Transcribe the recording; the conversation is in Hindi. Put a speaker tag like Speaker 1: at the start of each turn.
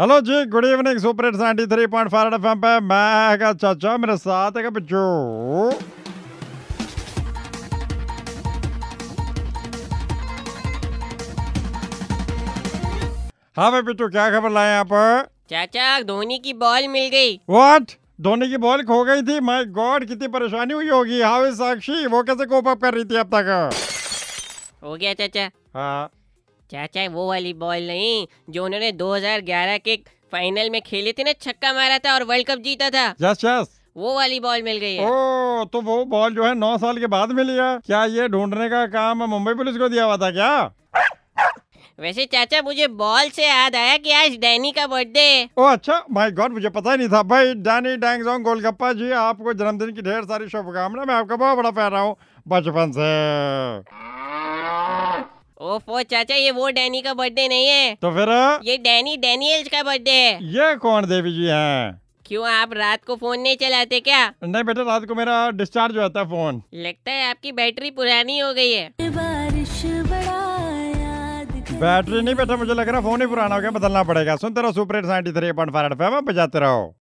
Speaker 1: hello ji good evening super hits 93.5 FM पे मैं का चाचा मेरे साथ है बच्चो हाँ भाई पिट्टू क्या खबर लाए यहाँ पर
Speaker 2: चाचा धोनी की बॉल मिल गई
Speaker 1: व्हाट धोनी की बॉल खो गई थी माय गॉड कितनी परेशानी हुई होगी हाउ इज साक्षी वो कैसे कोप अप कर रही थी अब तक
Speaker 2: हो गया चाचा
Speaker 1: हाँ
Speaker 2: चाचा वो वाली बॉल नहीं जो उन्होंने 2011 के फाइनल में खेले थे ना छक्का मारा था और वर्ल्ड कप जीता था
Speaker 1: यस यस
Speaker 2: वो वाली बॉल मिल गई है
Speaker 1: ओ तो वो बॉल जो है नौ साल के बाद मिली है क्या ये ढूंढने का काम मुंबई पुलिस को दिया हुआ था क्या
Speaker 2: वैसे चाचा मुझे बॉल से याद आया कि आज डैनी का बर्थडे है
Speaker 1: ओ अच्छा माय गॉड मुझे पता ही नहीं था भाई डैनी डैंगजोंग गोलगप्पा जी आपको जन्मदिन की ढेर सारी शुभकामनाएं मैं आपका बहुत बड़ा फैन रहा हूँ बचपन से
Speaker 2: ओफो चाचा ये वो डैनी का बर्थडे नहीं है
Speaker 1: तो फिर
Speaker 2: ये डैनी डैनियल्स का बर्थडे है
Speaker 1: ये कौन देवी जी हैं
Speaker 2: क्यों आप रात को फोन नहीं चलाते क्या
Speaker 1: नहीं बेटा रात को मेरा डिस्चार्ज हो जाता है फोन
Speaker 2: लगता है आपकी बैटरी पुरानी हो गई है
Speaker 3: बारिश बड़ा याद कर
Speaker 1: बैटरी नहीं बेटा मुझे लग रहा फोन ही पुराना हो गया बदलना पड़ेगा सुनते रहो सुपर एट 93.5 थ्री पॉइंट बजाते रहो